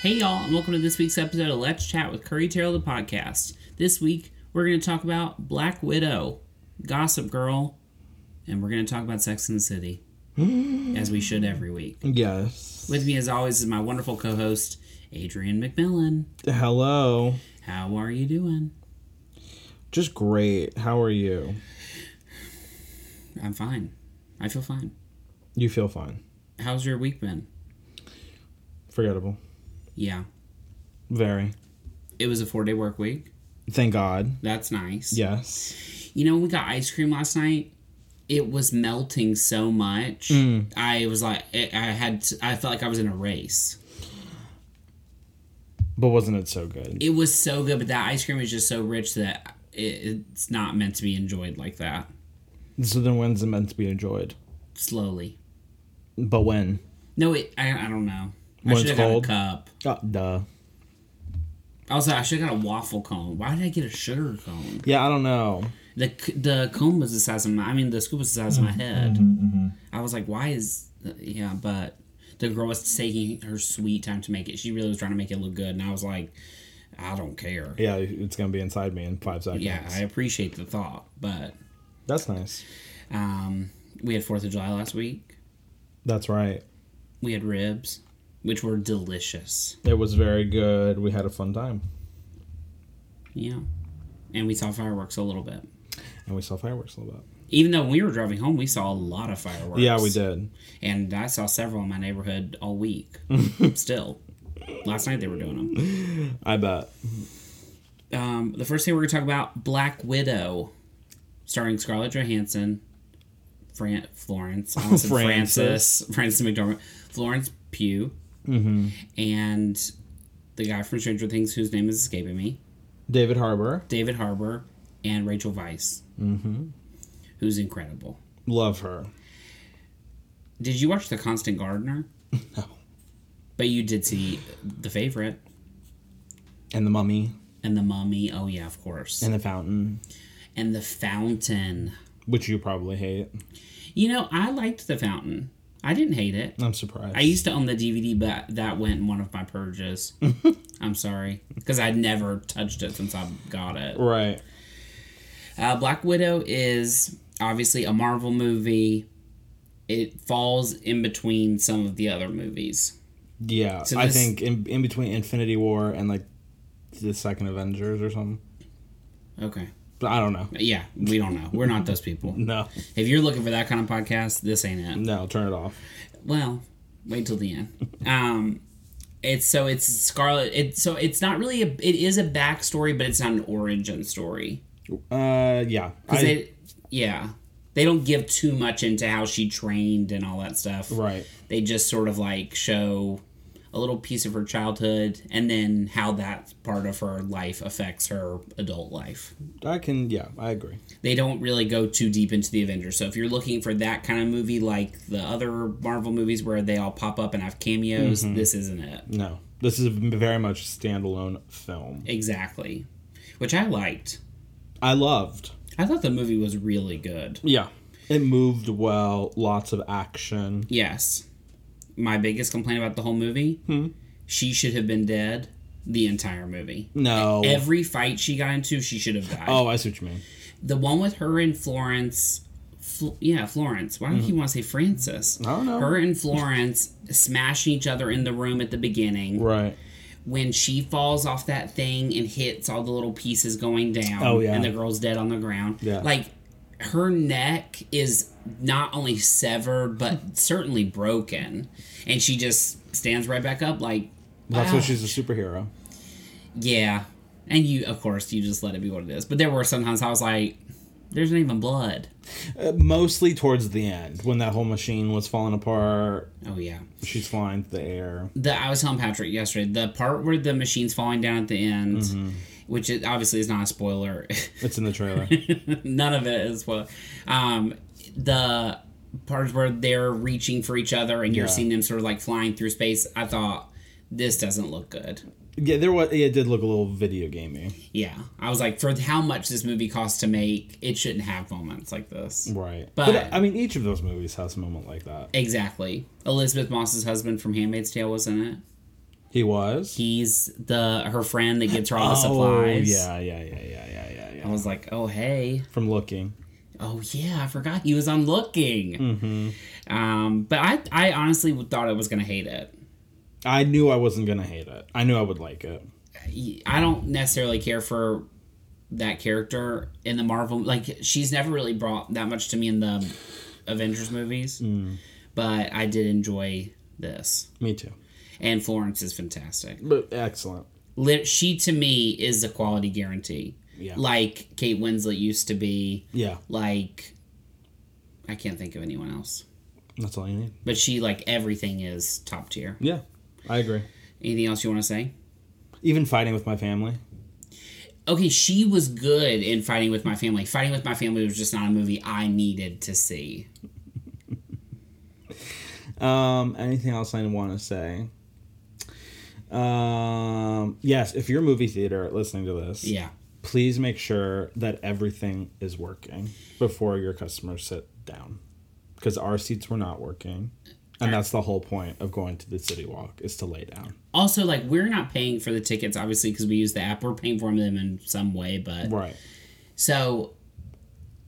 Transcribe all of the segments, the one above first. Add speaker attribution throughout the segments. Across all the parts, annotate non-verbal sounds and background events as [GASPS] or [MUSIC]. Speaker 1: Hey, y'all, and welcome to this week's episode of Let's Chat with Curry Terrell, the podcast. This week, we're going to talk about Black Widow, Gossip Girl, and we're going to talk about Sex and the City, [GASPS] as we should every week.
Speaker 2: Yes.
Speaker 1: With me, as always, is my wonderful co host, Adrian McMillan.
Speaker 2: Hello.
Speaker 1: How are you doing?
Speaker 2: Just great. How are you?
Speaker 1: I'm fine. I feel fine.
Speaker 2: You feel fine.
Speaker 1: How's your week been?
Speaker 2: Forgettable.
Speaker 1: Yeah.
Speaker 2: Very.
Speaker 1: It was a four day work week.
Speaker 2: Thank God.
Speaker 1: That's nice.
Speaker 2: Yes.
Speaker 1: You know, we got ice cream last night. It was melting so much.
Speaker 2: Mm.
Speaker 1: I was like, I I had, I felt like I was in a race.
Speaker 2: But wasn't it so good?
Speaker 1: It was so good, but that ice cream is just so rich that it, it's not meant to be enjoyed like that.
Speaker 2: So then when's it meant to be enjoyed?
Speaker 1: Slowly.
Speaker 2: But when?
Speaker 1: No, it. I, I don't know.
Speaker 2: When
Speaker 1: I should
Speaker 2: it's
Speaker 1: have got a
Speaker 2: cold?
Speaker 1: cup.
Speaker 2: Uh, duh.
Speaker 1: Also, I should have got a waffle cone. Why did I get a sugar cone?
Speaker 2: Yeah, I don't know.
Speaker 1: The c- the cone was the size of my. I mean, the scoop was the size of
Speaker 2: Mm-hmm,
Speaker 1: my head. I was like, why is? Yeah, but the girl was taking her sweet time to make it. She really was trying to make it look good, and I was like, I don't care.
Speaker 2: Yeah, it's gonna be inside me in five seconds.
Speaker 1: Yeah, I appreciate the thought, but
Speaker 2: That's nice.
Speaker 1: um, we had Fourth of July last week.
Speaker 2: That's right.
Speaker 1: We had ribs, which were delicious.
Speaker 2: It was very good. We had a fun time.
Speaker 1: Yeah. And we saw fireworks a little bit.
Speaker 2: And we saw fireworks a little bit.
Speaker 1: Even though when we were driving home, we saw a lot of fireworks.
Speaker 2: Yeah, we did.
Speaker 1: And I saw several in my neighborhood all
Speaker 2: [LAUGHS]
Speaker 1: week. Still. Last night they were doing them.
Speaker 2: I bet.
Speaker 1: Um, the first thing we're going to talk about Black Widow, starring Scarlett Johansson, Fran-
Speaker 2: [LAUGHS]
Speaker 1: Florence, I almost said Francis,
Speaker 2: Frances. Mm-hmm.
Speaker 1: Francis McDormand, Florence Pugh, and the guy from Stranger Things whose name is escaping me.
Speaker 2: David Harbour.
Speaker 1: David Harbour and Rachel Weisz, mm-hmm. who's incredible.
Speaker 2: Love her.
Speaker 1: Did you watch The Constant Gardener?
Speaker 2: [LAUGHS] No.
Speaker 1: But you did see The Favorite
Speaker 2: And the mummy.
Speaker 1: and The Mummy. Oh yeah, of course.
Speaker 2: And the fountain.
Speaker 1: And The Fountain.
Speaker 2: Which you probably hate.
Speaker 1: You know, I liked The Fountain. I didn't hate it.
Speaker 2: I'm surprised.
Speaker 1: I used to own the DVD, but that went in one of my purges. I'm sorry, because I never touched it since I got it.
Speaker 2: right.
Speaker 1: Uh, Black Widow is obviously a Marvel movie. It falls in between some of the other movies.
Speaker 2: Yeah,
Speaker 1: So
Speaker 2: I
Speaker 1: this-
Speaker 2: think in, in between Infinity War and like the second Avengers or something.
Speaker 1: Okay.
Speaker 2: But I don't know.
Speaker 1: Yeah, we don't know. We're not those people.
Speaker 2: [LAUGHS] No,
Speaker 1: If you're looking for that kind of podcast, this ain't it.
Speaker 2: no, turn it off.
Speaker 1: Well, wait till the end. Um, it's so it's Scarlet. It so it's not really a. It is a backstory, but it's not an origin story.
Speaker 2: Uh, yeah, I,
Speaker 1: 'Cause it- yeah, they don't give too much into how she trained and all that stuff.
Speaker 2: right.
Speaker 1: they just sort of like show a little piece of her childhood and then how that part of her life affects her adult life.
Speaker 2: I can. Yeah, I agree.
Speaker 1: They don't really go too deep into the Avengers. So if you're looking for that kind of movie like the other Marvel movies where they all pop up and have cameos, this isn't it.
Speaker 2: No, this is a very much standalone film.
Speaker 1: Exactly. Which I liked.
Speaker 2: I loved.
Speaker 1: I thought the movie was really good.
Speaker 2: Yeah, it moved well. Lots of action.
Speaker 1: Yes. My biggest complaint about the whole movie, she should have been dead the entire movie.
Speaker 2: No.
Speaker 1: Every fight she got into, she should have died.
Speaker 2: oh, I see what you mean.
Speaker 1: the one with her and Florence. Fl- yeah, Florence. Why do you want to say Francis? I
Speaker 2: Mm-hmm. don't know.
Speaker 1: Her and Florence smashing each other in the room at the beginning
Speaker 2: Right.
Speaker 1: when she falls off that thing and hits all the little pieces going down.
Speaker 2: Oh, yeah.
Speaker 1: And the girl's dead on the ground.
Speaker 2: Yeah.
Speaker 1: Like, her neck is not only severed, but certainly broken. And she just stands right back up, like,
Speaker 2: That's
Speaker 1: wow.
Speaker 2: why she's a superhero.
Speaker 1: Yeah. And you, of course, you just let it be what it is. But there were sometimes I was like, there's not even blood.
Speaker 2: Uh, mostly towards the end, when that whole machine was falling apart,
Speaker 1: Oh, yeah.
Speaker 2: she's flying through the air.
Speaker 1: the I was telling Patrick yesterday the part where the machine's falling down at the end,
Speaker 2: Mm-hmm.
Speaker 1: which is, obviously is not a spoiler. [LAUGHS]
Speaker 2: It's in the trailer.
Speaker 1: None of it is spoiler. Um, the parts where they're reaching for each other and you're
Speaker 2: Yeah.
Speaker 1: seeing them sort of like flying through space. I thought this doesn't look good.
Speaker 2: Yeah, there was. It did look a little video gamey.
Speaker 1: Yeah, I was like, for how much this movie costs to make, it shouldn't have moments like this.
Speaker 2: Right.
Speaker 1: But-
Speaker 2: But, I mean, each of those movies has a moment like that.
Speaker 1: Exactly. Elizabeth Moss's husband from Handmaid's Tale was in it.
Speaker 2: He was.
Speaker 1: He's the her friend that gets her all the supplies.
Speaker 2: Oh, yeah, yeah, yeah, yeah, yeah, yeah,
Speaker 1: I
Speaker 2: yeah.
Speaker 1: was like, oh hey,
Speaker 2: From looking.
Speaker 1: oh yeah, I forgot he was on looking. Um, but I I honestly thought I was gonna hate it.
Speaker 2: I knew I wasn't gonna hate it. I knew I would like it.
Speaker 1: I don't necessarily care for that character in the Marvel. Like she's never really brought that much to me in the Avengers movies, but I did enjoy this.
Speaker 2: Me too.
Speaker 1: And Florence is fantastic.
Speaker 2: But excellent.
Speaker 1: Lit- She to me is a quality guarantee.
Speaker 2: Yeah.
Speaker 1: Like Kate Winslet used to be.
Speaker 2: Yeah.
Speaker 1: Like I can't think of anyone else.
Speaker 2: That's all you need.
Speaker 1: But she like everything is top tier.
Speaker 2: Yeah. I agree.
Speaker 1: Anything else you want to say?
Speaker 2: Even fighting with my family.
Speaker 1: okay, she was good in Fighting with My Family. Fighting with My Family was just not a movie I needed to see.
Speaker 2: Um, anything else I want to say? Um, yes, if you're a movie theater listening to this,
Speaker 1: Yeah.
Speaker 2: please make sure that everything is working before your customers sit down because our seats were not working. And that's the whole point of going to the city walk is to lay down.
Speaker 1: Also, like, we're not paying for the tickets, obviously, because we use the app. We're paying for them in some way, but
Speaker 2: Right.
Speaker 1: so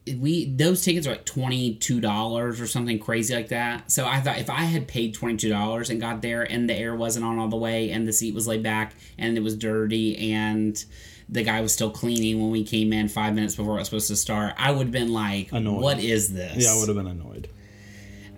Speaker 1: we those tickets are like twenty two dollars or something crazy like that. So I thought if I had paid twenty two dollars and got there and the air wasn't on all the way and the seat was laid back and it was dirty and the guy was still cleaning when we came in five minutes before it was supposed to start, I would have been like,
Speaker 2: Annoyed.
Speaker 1: "What is this?"
Speaker 2: Yeah, I would have been annoyed.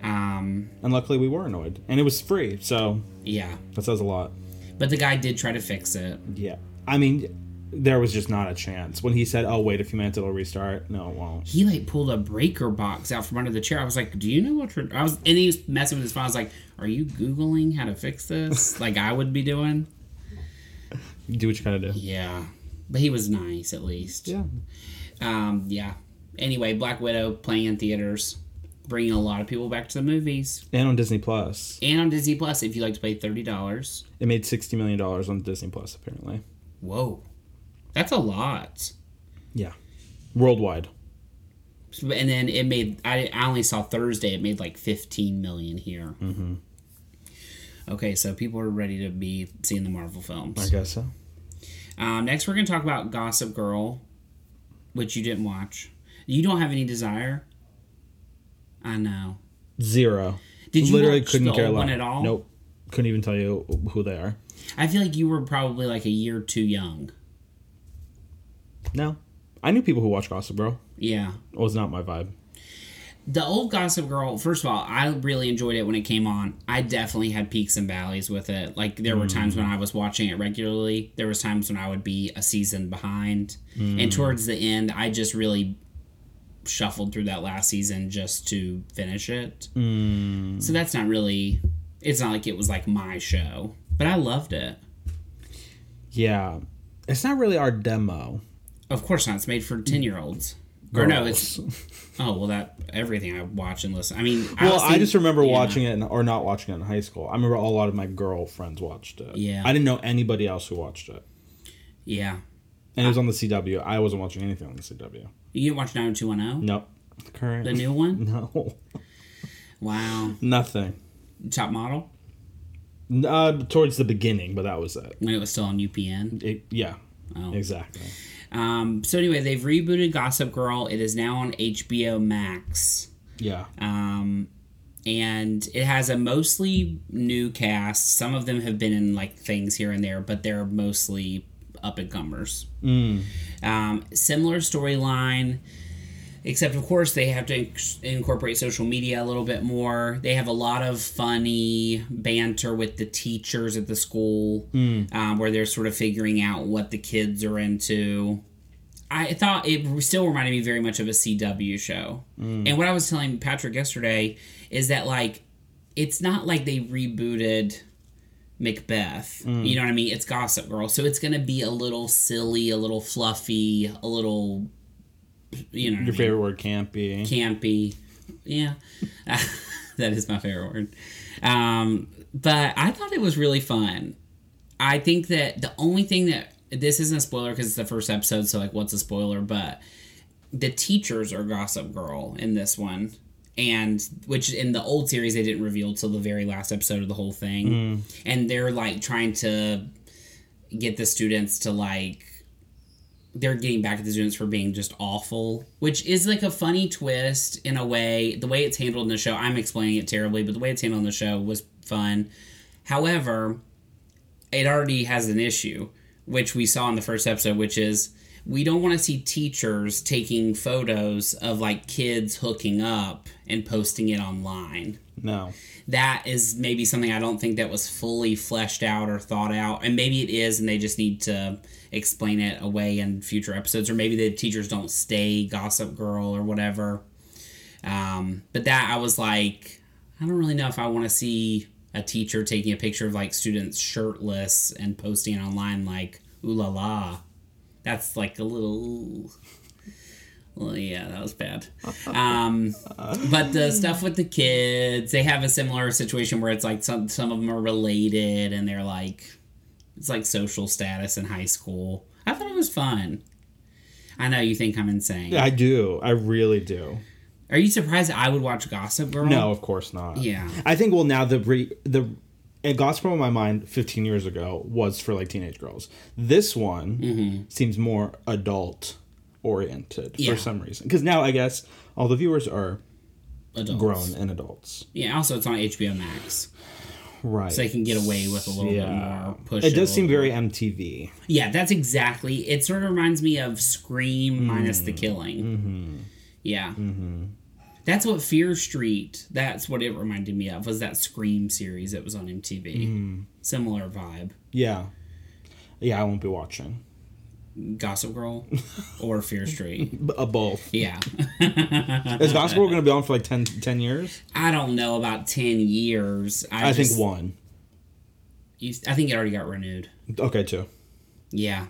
Speaker 1: Um,
Speaker 2: And luckily we were annoyed. And it was free, so
Speaker 1: yeah,
Speaker 2: that says a lot.
Speaker 1: but the guy did try to fix it.
Speaker 2: Yeah. I mean, there was just not a chance. When he said, oh, wait a few minutes, it'll restart. No, it won't.
Speaker 1: He like pulled a breaker box out from under the chair. I was like, "Do you know what?" You're... I was, and he was messing with his phone. I was like, "Are you googling how to fix this?" like I would be doing.
Speaker 2: Do what you gotta do.
Speaker 1: Yeah, but he was nice at least.
Speaker 2: Yeah.
Speaker 1: Um, yeah. Anyway, Black Widow playing in theaters, bringing a lot of people back to the movies,
Speaker 2: And on Disney Plus.
Speaker 1: and on Disney Plus if you like to pay thirty dollars.
Speaker 2: It made $60 million on Disney Plus, apparently.
Speaker 1: Whoa, that's a lot.
Speaker 2: Yeah. Worldwide.
Speaker 1: and then it made I, I only saw thursday it made like 15 million here mm-hmm. okay so people are ready to be seeing the marvel
Speaker 2: I
Speaker 1: films
Speaker 2: guess so.
Speaker 1: um, next we're going to talk about gossip girl which you didn't watch you don't have any desire i know
Speaker 2: Zero.
Speaker 1: did you
Speaker 2: Literally
Speaker 1: watch
Speaker 2: couldn't
Speaker 1: the
Speaker 2: care
Speaker 1: old
Speaker 2: less.
Speaker 1: one at all
Speaker 2: Nope. Couldn't even tell you who they are.
Speaker 1: i feel like you were probably like a year too young
Speaker 2: No. I knew people who watch Gossip Girl.
Speaker 1: yeah
Speaker 2: It was not my vibe.
Speaker 1: the old Gossip Girl, first of all, I really enjoyed it when it came on. I definitely had peaks and valleys with it. Like there were times when
Speaker 2: Mm.
Speaker 1: I was watching it regularly. There was times when I would be a season behind.
Speaker 2: Mm.
Speaker 1: And towards the end, I just really shuffled through that last season just to finish it.
Speaker 2: Mm.
Speaker 1: So that's not really it's not like it was like my show, but I loved it.
Speaker 2: Yeah. It's not really our demo.
Speaker 1: Of course not. It's made
Speaker 2: Mm.
Speaker 1: for 10-year-olds. Or no,
Speaker 2: [LAUGHS]
Speaker 1: it's oh, well that everything I watch and listen. I mean,
Speaker 2: Well,
Speaker 1: was
Speaker 2: I just
Speaker 1: thinking-
Speaker 2: remember
Speaker 1: yeah.
Speaker 2: watching it in, or not watching it in high school. I remember a lot of my girlfriends watched it.
Speaker 1: Yeah.
Speaker 2: I didn't know anybody else who watched it.
Speaker 1: Yeah.
Speaker 2: And it was on the CW. I wasn't watching anything on the CW.
Speaker 1: You didn't watch 90210?
Speaker 2: Nope. Current.
Speaker 1: The new one?
Speaker 2: [LAUGHS] no.
Speaker 1: Wow.
Speaker 2: Nothing.
Speaker 1: Top model?
Speaker 2: N- Uh, towards the beginning, but that was it.
Speaker 1: When it was still on UPN.
Speaker 2: it yeah.
Speaker 1: Oh.
Speaker 2: Exactly.
Speaker 1: Um, so, anyway, they've rebooted Gossip Girl. It is now on HBO Max.
Speaker 2: Yeah.
Speaker 1: Um, and it has a mostly new cast. Some of them have been in like things here and there, but they're mostly up and comers. Um, similar storyline, except of course they have to inc- incorporate social media a little bit more. They have a lot of funny banter with the teachers at the school, um, where they're sort of figuring out what the kids are into. I thought it still reminded me very much of a CW show. And what I was telling Patrick yesterday is that like it's not like they rebooted Macbeth. You know what I mean? It's Gossip Girl. So it's going to be a little silly, a little fluffy, a little you know, what I mean?
Speaker 2: Your favorite word can't be.
Speaker 1: campy. Yeah. [LAUGHS] that is my favorite word. Um, but I thought it was really fun. I think that the only thing that this isn't a spoiler because it's the first episode, so like, what's a spoiler? But the teachers are Gossip Girl in this one. and which in the old series they didn't reveal till the very last episode of the whole thing and they're like trying to get the students to like they're getting back at the students for being just awful which is like a funny twist in a way the way it's handled in the show i'm explaining it terribly but the way it's handled in the show was fun however it already has an issue, which we saw in the first episode, which is we don't want to see teachers taking photos of like kids hooking up and posting it online.
Speaker 2: No.
Speaker 1: That is maybe something I don't think that was fully fleshed out or thought out. And maybe it is, and they just need to explain it away in future episodes, or maybe the teachers don't stay Gossip Girl or whatever. Um, but that I was like, I don't really know if I want to see a teacher taking a picture of like students shirtless and posting it online like ooh la la. That's like a little. Well, yeah, that was bad. Um, but the stuff with the kids, they have a similar situation where it's like some some of them are related and they're like it's like social status in high school. I thought it was fun. I know you think I'm insane.
Speaker 2: I do. I really do.
Speaker 1: Are you surprised I would watch Gossip Girl?
Speaker 2: No, of course not.
Speaker 1: Yeah.
Speaker 2: I think well now the re, the and Gossip Girl in my mind 15 years ago was for like teenage girls. This one seems more adult oriented
Speaker 1: Mm-hmm. Yeah.
Speaker 2: for some reason because now I guess all the viewers are
Speaker 1: Adults.
Speaker 2: grown and adults.
Speaker 1: Yeah, also it's on HBO Max,
Speaker 2: Right.
Speaker 1: so they can get away with a little
Speaker 2: Yeah.
Speaker 1: bit more push.
Speaker 2: it
Speaker 1: a
Speaker 2: does seem
Speaker 1: little-
Speaker 2: very MTV.
Speaker 1: Yeah, that's exactly. It sort of reminds me of Scream
Speaker 2: Hmm.
Speaker 1: minus the killing.
Speaker 2: Mm-hmm.
Speaker 1: Yeah. That's what Fear Street. That's what it reminded me of. Was that Scream series that was on MTV?
Speaker 2: Mm-hmm.
Speaker 1: Similar vibe.
Speaker 2: Yeah. Yeah, I won't be watching.
Speaker 1: Gossip Girl
Speaker 2: [LAUGHS]
Speaker 1: or Fear Street.
Speaker 2: B-
Speaker 1: [LAUGHS]
Speaker 2: uh, both.
Speaker 1: Yeah.
Speaker 2: Is Gospel going to be on for like 10, 10 years?
Speaker 1: I don't know about ten years. I,
Speaker 2: I
Speaker 1: just,
Speaker 2: think
Speaker 1: think.
Speaker 2: one.
Speaker 1: I think it already got renewed.
Speaker 2: Okay, two.
Speaker 1: Yeah.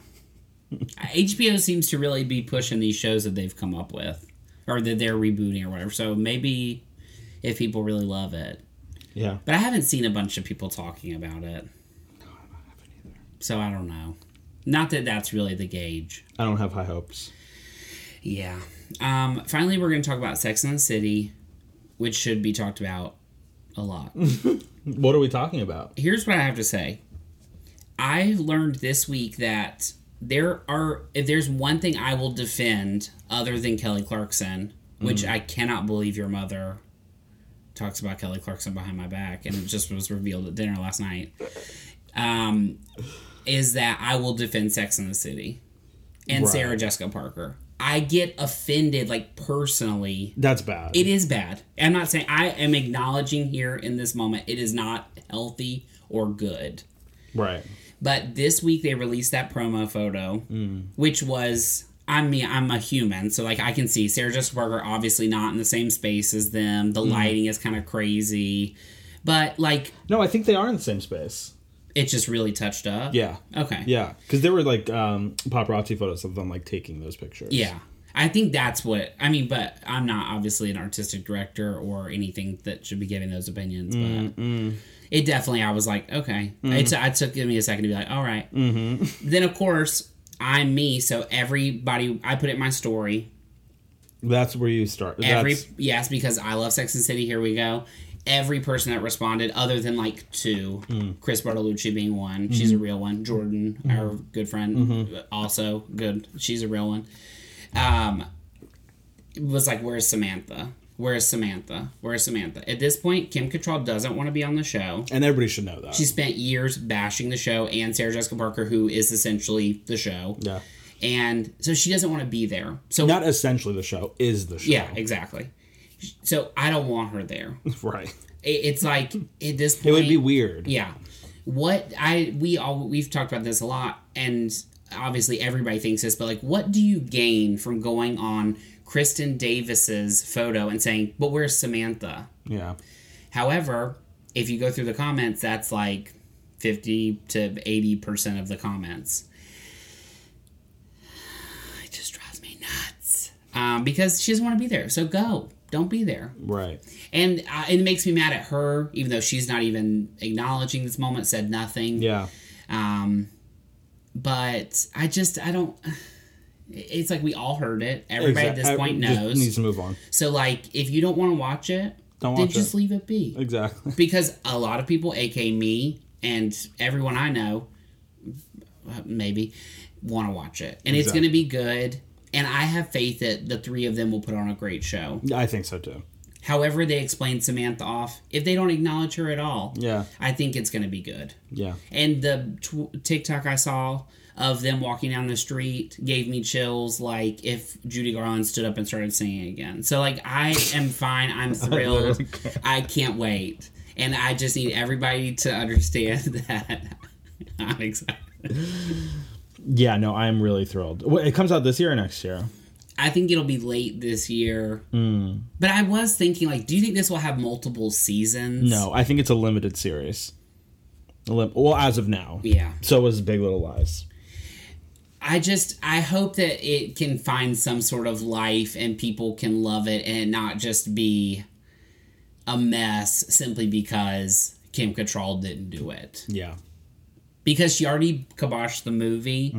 Speaker 1: HBO seems to really be pushing these shows that they've come up with or that they're rebooting or whatever. So maybe if people really love it.
Speaker 2: Yeah.
Speaker 1: But I haven't seen a bunch of people talking about it. So I don't know. Not that that's really the gauge.
Speaker 2: I don't have high hopes.
Speaker 1: Yeah. Um, finally, we're going to talk about Sex and the City, which should be talked about a lot.
Speaker 2: What are we talking about?
Speaker 1: here's what I have to say. I learned this week that there are if there's one thing I will defend other than Kelly Clarkson, which I cannot believe your mother talks about Kelly Clarkson behind my back and it just was revealed at dinner last night. Um is that I will defend Sex in the City and
Speaker 2: Right.
Speaker 1: Sarah Jessica Parker. I get offended like personally
Speaker 2: That's bad.
Speaker 1: it is bad. I'm not saying I am acknowledging here in this moment it is not healthy or good.
Speaker 2: right.
Speaker 1: But this week they released that promo photo, which was I mean I'm a human, so like I can see Sarah Jessica Parker obviously not in the same space as them. The lighting is kind of crazy, but like
Speaker 2: No, I think they are in the same space.
Speaker 1: it's just really touched up.
Speaker 2: Yeah.
Speaker 1: Okay.
Speaker 2: Yeah. Because there were like um, paparazzi photos of them like taking those pictures.
Speaker 1: Yeah. I think that's what I mean, but I'm not obviously an artistic director or anything that should be giving those opinions. But it definitely, I was like, okay. It, t- it took me a second to be like, all right. Then of course I'm me, so everybody. I put it in my story.
Speaker 2: That's where you start.
Speaker 1: Every
Speaker 2: That's,
Speaker 1: yes, because I love Sex and the City. Here we go. Every person that responded, other than like two,
Speaker 2: Hmm.
Speaker 1: Chris Bartolucci being one, she's a real one. Jordan, our good friend,
Speaker 2: Hmm.
Speaker 1: also good. She's a real one. Um, was like, "Where's Samantha? Where's Samantha? Where's Samantha?" At this point, Kim Cattrall doesn't want to be on the show.
Speaker 2: and everybody should know that.
Speaker 1: She spent years bashing the show and Sarah Jessica Parker, who is essentially the show,
Speaker 2: yeah.
Speaker 1: and so she doesn't want to be there. So
Speaker 2: Not essentially the show, is the show.
Speaker 1: yeah, exactly. So I don't want her there.
Speaker 2: [LAUGHS] Right.
Speaker 1: It- It's like at this point,
Speaker 2: It would be weird.
Speaker 1: yeah. What I we all we've talked about this a lot, and obviously everybody thinks this, but like, what do you gain from going on Kristen Davis's photo and saying, "But where's Samantha?"
Speaker 2: Yeah.
Speaker 1: However, if you go through the comments, that's like fifty to eighty percent of the comments. [SIGHS] It just drives me nuts um, because she doesn't want to be there. So go, don't be there.
Speaker 2: Right.
Speaker 1: And uh, it makes me mad at her, even though she's not even acknowledging this moment, said nothing.
Speaker 2: Yeah.
Speaker 1: Um, but I just, I don't. [SIGHS] It's like we all heard it. Everybody at this point
Speaker 2: I- just
Speaker 1: knows.
Speaker 2: needs to move on.
Speaker 1: So like, if you don't want to watch it,
Speaker 2: Don't
Speaker 1: then
Speaker 2: watch
Speaker 1: just
Speaker 2: it.
Speaker 1: leave it be.
Speaker 2: Exactly. [LAUGHS]
Speaker 1: Because a lot of people, aka me and everyone I know, uh, maybe want to watch it, and it's
Speaker 2: Exactly.
Speaker 1: going to be good. And I have faith that the three of them will put on a great show.
Speaker 2: I think so too.
Speaker 1: However, they explain Samantha off. If they don't acknowledge her at all,
Speaker 2: Yeah.
Speaker 1: I think it's going to be good.
Speaker 2: Yeah.
Speaker 1: And the tw- TikTok I saw of them walking down the street gave me chills, like if Judy Garland stood up and started singing again. So, like, I am fine. I'm thrilled. I can't wait. And I just need everybody to understand [LAUGHS] that I'm excited.
Speaker 2: Yeah. No, I am really thrilled. Wait, It comes out this year or next year.
Speaker 1: I think it'll be late this year. But I was thinking, like, do you think this will have multiple seasons?
Speaker 2: No, I think it's a limited series. A lim- Well, as of now.
Speaker 1: Yeah.
Speaker 2: So was Big Little Lies.
Speaker 1: I just I hope that it can find some sort of life and people can love it and it not just be a mess simply because Kim Cattrall didn't do it
Speaker 2: Yeah.
Speaker 1: because she already kiboshed the movie.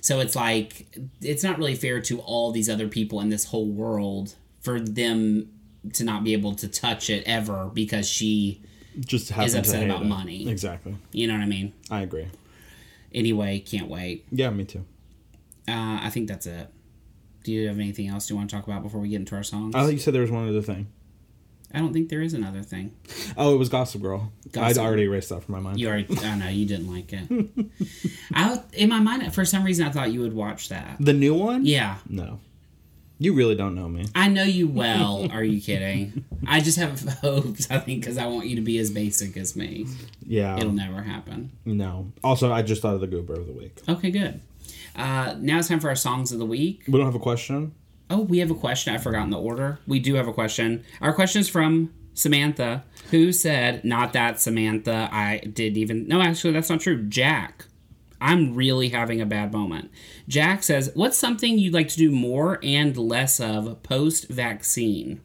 Speaker 1: So it's like it's not really fair to all these other people in this whole world for them to not be able to touch it ever because she,
Speaker 2: Just happened
Speaker 1: upset
Speaker 2: to hate
Speaker 1: about
Speaker 2: it.
Speaker 1: money.
Speaker 2: Exactly.
Speaker 1: you know what I mean.
Speaker 2: I agree.
Speaker 1: Anyway, can't wait.
Speaker 2: Yeah, me too.
Speaker 1: Uh, I think that's it. Do you have anything else you want to talk about before we get into our songs?
Speaker 2: I thought you said there was one other thing.
Speaker 1: I don't think there is another thing.
Speaker 2: Oh, it was Gossip Girl.
Speaker 1: Gossip-
Speaker 2: I'd already erased that from my mind.
Speaker 1: You already, I know you didn't like it. [LAUGHS] I was- in my mind for some reason I thought you would watch that.
Speaker 2: The new one?
Speaker 1: Yeah,
Speaker 2: No. You really don't know me.
Speaker 1: I know you well. Are you kidding? I just have [LAUGHS] hopes. I think because I want you to be as basic as me.
Speaker 2: Yeah.
Speaker 1: It'll never happen.
Speaker 2: No. Also, I just thought of the goober of the week.
Speaker 1: Okay, good. Uh, now it's time for our songs of the week.
Speaker 2: We don't have a question.
Speaker 1: Oh, we have a question. I've forgotten the order. We do have a question. Our question is from Samantha, who said, Not that Samantha. I didn't even. No, actually, that's not true. Jack. I'm really having a bad moment. Jack says, What's something you'd like to do more and less of post vaccine?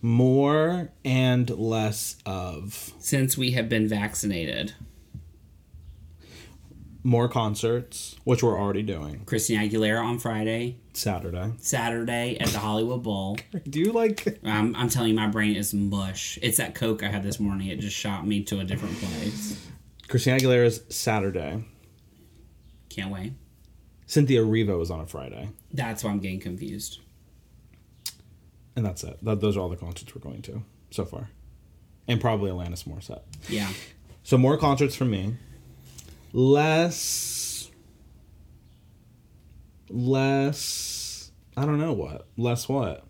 Speaker 2: More and less of
Speaker 1: Since we have been vaccinated.
Speaker 2: more concerts, which we're already doing
Speaker 1: Christina Aguilera on Friday,
Speaker 2: Saturday.
Speaker 1: Saturday at the Hollywood Bowl.
Speaker 2: Do you like?
Speaker 1: I'm, I'm telling you, my brain is mush. It's that Coke I had this morning. It just shot me to a different place.
Speaker 2: Christina Aguilera's Saturday.
Speaker 1: Can't wait.
Speaker 2: Cynthia Erivo is on a Friday,
Speaker 1: That's why I'm getting confused.
Speaker 2: and that's it. Th- those are all the concerts we're going to so far, and probably Alanis Morissette.
Speaker 1: Yeah.
Speaker 2: So more concerts for me, less, less. I don't know what. Less what?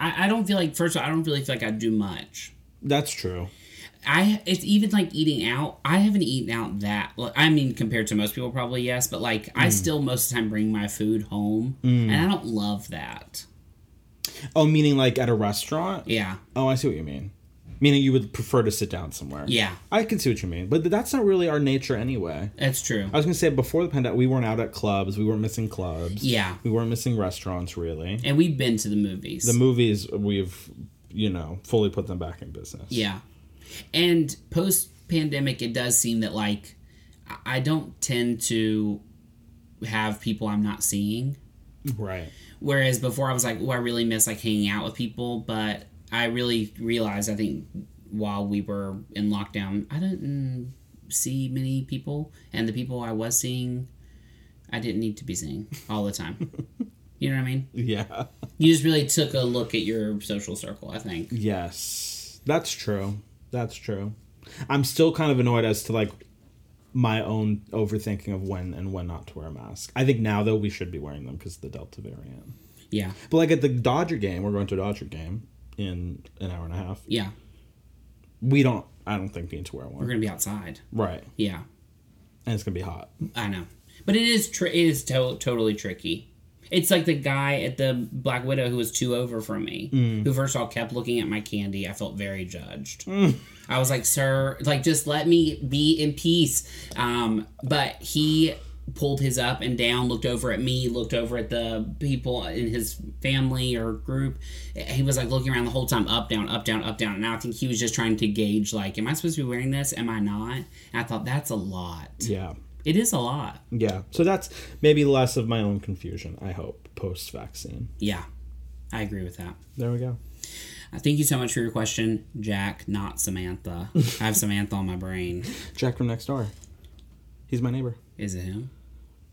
Speaker 1: I, I don't feel like first of all, I don't really feel like I do much.
Speaker 2: That's true.
Speaker 1: I it's even like eating out. I haven't eaten out that. Like, I mean, compared to most people, probably yes, but like I
Speaker 2: Mm.
Speaker 1: still most of the time bring my food home, and I don't love that.
Speaker 2: Oh, meaning like at a restaurant?
Speaker 1: Yeah,
Speaker 2: Oh, I see what you mean. Meaning you would prefer to sit down somewhere.
Speaker 1: yeah,
Speaker 2: I can see what you mean, but th- that's not really our nature anyway.
Speaker 1: that's true.
Speaker 2: I was gonna say before the pandemic, we weren't out at clubs. We weren't missing clubs.
Speaker 1: Yeah,
Speaker 2: We weren't missing restaurants really.
Speaker 1: and we've been to the movies.
Speaker 2: The movies we've, you know, fully put them back in business.
Speaker 1: yeah, and post pandemic, it does seem that like I- I don't tend to have people I'm not seeing.
Speaker 2: Right.
Speaker 1: Whereas before I was like, oh, I really miss like hanging out with people, but I really realized I think while we were in lockdown, I didn't see many people, and the people I was seeing, I didn't need to be seeing all the time. you know what I mean?
Speaker 2: Yeah.
Speaker 1: You just really took a look at your social circle. I think.
Speaker 2: Yes, that's true. That's true. I'm still kind of annoyed as to like my own overthinking of when and when not to wear a mask. I think now though we should be wearing them because of the Delta variant.
Speaker 1: Yeah,
Speaker 2: But like at the Dodger game, we're going to a Dodger game in an hour and a half.
Speaker 1: yeah.
Speaker 2: We don't. I don't think we need to wear
Speaker 1: We're
Speaker 2: one.
Speaker 1: gonna be outside.
Speaker 2: Right,
Speaker 1: Yeah,
Speaker 2: and it's gonna be hot.
Speaker 1: I know, but it is tr- it is to- totally tricky. It's like the guy at the Black Widow who was two over from me, who first of all kept looking at my candy. I felt very judged. I was like, "Sir, like just let me be in peace." Um, but he pulled his up and down, looked over at me, looked over at the people in his family or group. He was like looking around the whole time, up down, up down, up down. And I think he was just trying to gauge, like, "Am I supposed to be wearing this? Am I not?" And I thought that's a lot.
Speaker 2: Yeah,
Speaker 1: It is a lot.
Speaker 2: Yeah. So that's maybe less of my own confusion, I hope, post vaccine.
Speaker 1: Yeah, I agree with that.
Speaker 2: There we go.
Speaker 1: Uh, Thank you so much for your question, Jack, not Samantha. I have Samantha on my brain.
Speaker 2: Jack from next door. He's my neighbor.
Speaker 1: Is it him?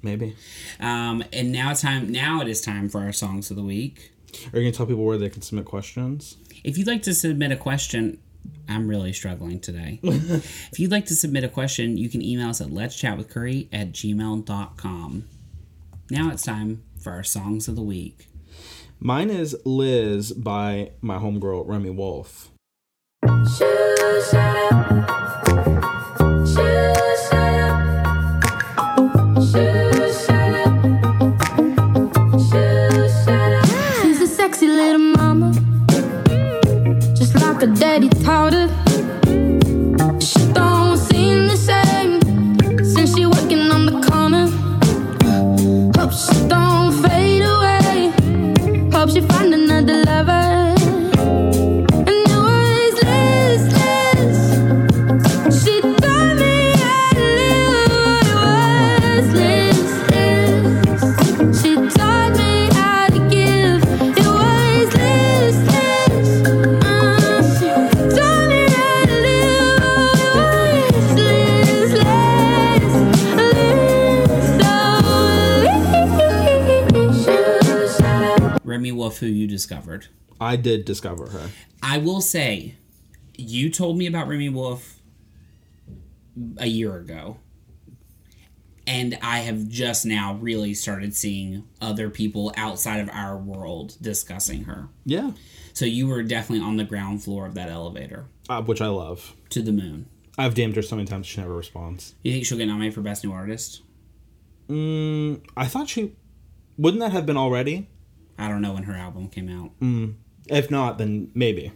Speaker 2: Maybe.
Speaker 1: Um, and now it's time. Now it is time for our songs of the week.
Speaker 2: Are you going to tell people where they can submit questions?
Speaker 1: If you'd like to submit a question, I'm really struggling today. if you'd like to submit a question, you can email us at let's chat with curry at gmail.com. Now it's time for our songs of the week.
Speaker 2: Mine is Liz by my homegirl, Remy Wolf.
Speaker 3: Shoes, shut up. Shoes, shut up. Shoes, shut up. Shoes, shut up. She's a sexy little mama, just like her daddy taught her. She don't seem the same since she working on the corner. Hope she don't fade away. Hope she find another lover. And it was listless. She told me I knew it was listless. She taught me how to give. It was listless. She told me I knew it was listless. Listless. Shoes up.
Speaker 1: Remy Wolf, who you discovered.
Speaker 2: I did discover her.
Speaker 1: I will say, you told me about Remy Wolf a year ago. And I have just now really started seeing other people outside of our world discussing her.
Speaker 2: Yeah.
Speaker 1: So you were definitely on the ground floor of that elevator
Speaker 2: Uh, which I love.
Speaker 1: to the moon.
Speaker 2: I've DM'd her so many times she never responds.
Speaker 1: You think she'll get nominated for Best New Artist?
Speaker 2: Mm, I thought she. Wouldn't that have been already?
Speaker 1: I don't know when her album came out.
Speaker 2: If not, then maybe.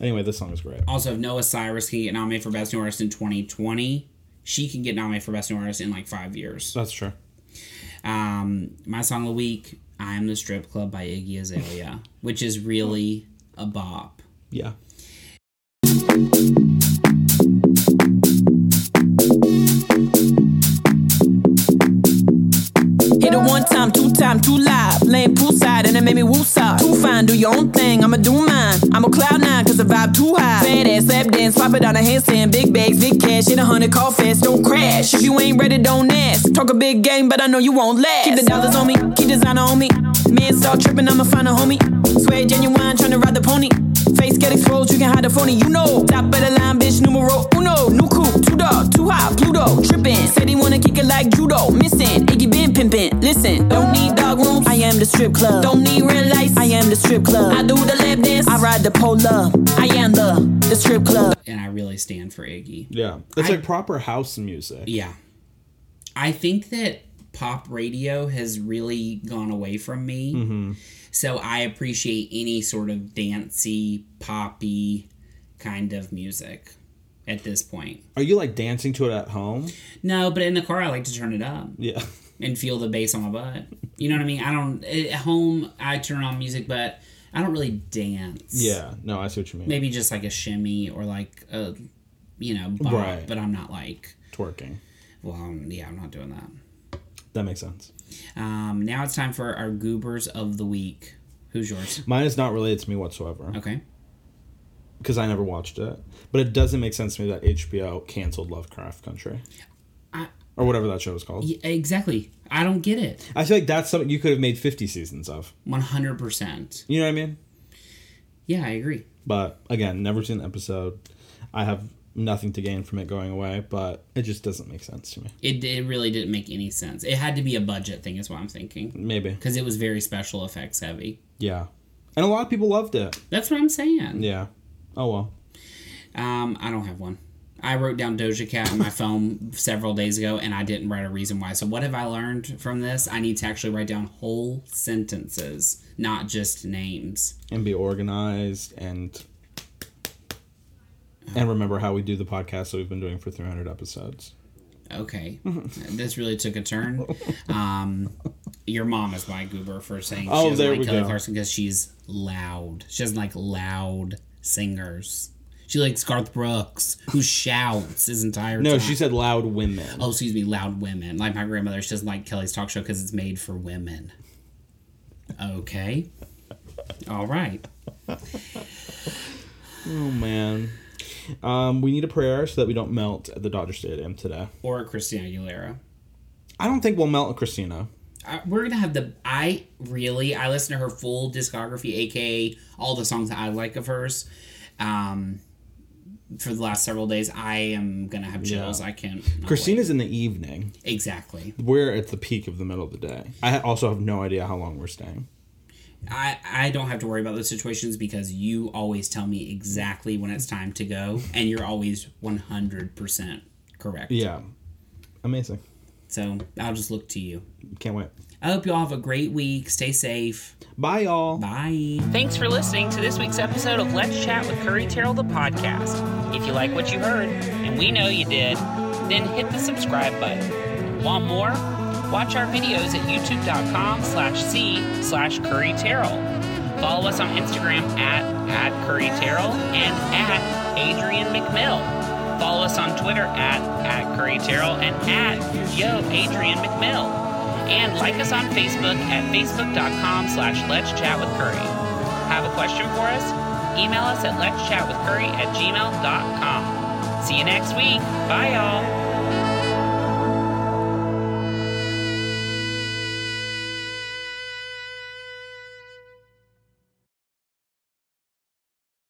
Speaker 2: Anyway, this song is great.
Speaker 1: Also, if Noah Cyrus can get nominated for Best New Artist in 2020, she can get nominated for Best New Artist in like five years.
Speaker 2: That's true.
Speaker 1: Um, my song of the week, I Am the Strip Club by Iggy Azalea, which is really a bop.
Speaker 2: Yeah.
Speaker 4: Hit it one time, two time, two live. Playing poolside and it made me woosah. Too fine, do your own thing, I'ma do mine. I'm a cloud nine, cause the vibe too high. Fat ass, lap dance, pop it on a handstand. Big bags, big cash, hit a hundred, call fast, don't crash. If you ain't ready, don't ask. Talk a big game, but I know you won't last. Keep the dollars on me, keep designer on me. Man start tripping, I'ma find a homie. Swear genuine, tryna ride the pony. Face get exposed, you can hide the phony, you know. Top of the line, bitch, numero uno. New coupe, two dog, too high, Pluto. Trippin', said he wanna kick it like judo. Missing, Iggy been pimpin'. Listen, don't need dog rooms, I am the strip club. Don't need red lights, I am the strip club. I do the lap dance, I ride the pole up. I am the, the strip club.
Speaker 1: And I really stand for Iggy.
Speaker 2: Yeah. It's
Speaker 1: I-
Speaker 2: like proper house music.
Speaker 1: Yeah. I think that pop radio has really gone away from me.
Speaker 2: Mm-hmm.
Speaker 1: So I appreciate any sort of dancey, poppy kind of music at this point.
Speaker 2: Are you like dancing to it at home?
Speaker 1: No, but in the car, I like to turn it up.
Speaker 2: Yeah.
Speaker 1: and feel the bass on my butt. You know what I mean? I don't at home. I turn on music, but I don't really dance.
Speaker 2: Yeah. No, I see what you mean.
Speaker 1: maybe just like a shimmy or like a you know bop,
Speaker 2: Right.
Speaker 1: but I'm not like
Speaker 2: Twerking.
Speaker 1: well um, yeah I'm not doing that.
Speaker 2: That makes sense.
Speaker 1: Um, now it's time for our goobers of the week. Who's yours?
Speaker 2: Mine is not related to me whatsoever
Speaker 1: Okay.
Speaker 2: because I never watched it. But it doesn't make sense to me that HBO canceled Lovecraft Country
Speaker 1: I-
Speaker 2: or whatever that show was called.
Speaker 1: Yeah, exactly. I don't get it.
Speaker 2: I feel like that's something you could have made 50 seasons of.
Speaker 1: 100%.
Speaker 2: You know what I mean?
Speaker 1: Yeah, I agree.
Speaker 2: But again, never seen an episode. I have nothing to gain from it going away, but it just doesn't make sense to me.
Speaker 1: It, it really didn't make any sense. It had to be a budget thing, is what I'm thinking.
Speaker 2: Maybe.
Speaker 1: Because it was very special effects heavy.
Speaker 2: Yeah. And a lot of people loved it.
Speaker 1: That's what I'm saying.
Speaker 2: Yeah. Oh well.
Speaker 1: Um, I don't have one. I wrote down Doja Cat on my phone several days ago, and I didn't write a reason why. So, what have I learned from this? I need to actually write down whole sentences, not just names.
Speaker 2: And be organized and and remember how we do the podcast that we've been doing for 300 episodes. [LAUGHS]
Speaker 1: Okay, this really took a turn. Um, your mom is my goober for saying
Speaker 2: Oh,
Speaker 1: she doesn't
Speaker 2: there
Speaker 1: like
Speaker 2: we
Speaker 1: Kelly
Speaker 2: go.
Speaker 1: Clarkson because she's loud. She doesn't like loud singers. She likes Garth Brooks, who shouts his entire
Speaker 2: No,
Speaker 1: time.
Speaker 2: she said loud women.
Speaker 1: Oh, excuse me, loud women. Like my grandmother, she doesn't like Kelly's talk show because it's made for women. Okay. All right.
Speaker 2: Oh man. Um, we need a prayer so that we don't melt at the Dodger Stadium today.
Speaker 1: Or Christina Aguilera.
Speaker 2: I don't think we'll melt at Christina.
Speaker 1: I, we're gonna have the I really I listen to her full discography, aka all the songs that I like of hers. Um, for the last several days, I am gonna have chills. I can't. not
Speaker 2: Christina's in the evening.
Speaker 1: wait. exactly.
Speaker 2: We're at the peak of the middle of the day. I ha- also have no idea how long we're staying.
Speaker 1: I I don't have to worry about those situations because you always tell me exactly when it's time to go, and you're always one hundred percent correct.
Speaker 2: Yeah. Amazing.
Speaker 1: So I'll just look to you.
Speaker 2: Can't wait.
Speaker 1: I hope y'all have a great week. Stay safe.
Speaker 2: Bye, y'all.
Speaker 1: Bye.
Speaker 5: Thanks for listening to this week's episode of Let's Chat with Curry Terrell, the podcast. If you like what you heard, and we know you did, then hit the subscribe button. Want more? Watch our videos at youtube.com slash C slash Curry Terrell. Follow us on Instagram at, at Curry Terrell and at Adrian McMill. Follow us on Twitter at, at Curry Terrell and at Yo Adrian McMill. And like us on Facebook at facebook.com slash let's chat with Curry. Have a question for us? Email us at let's chat with Curry at gmail.com. See you next week. Bye, y'all.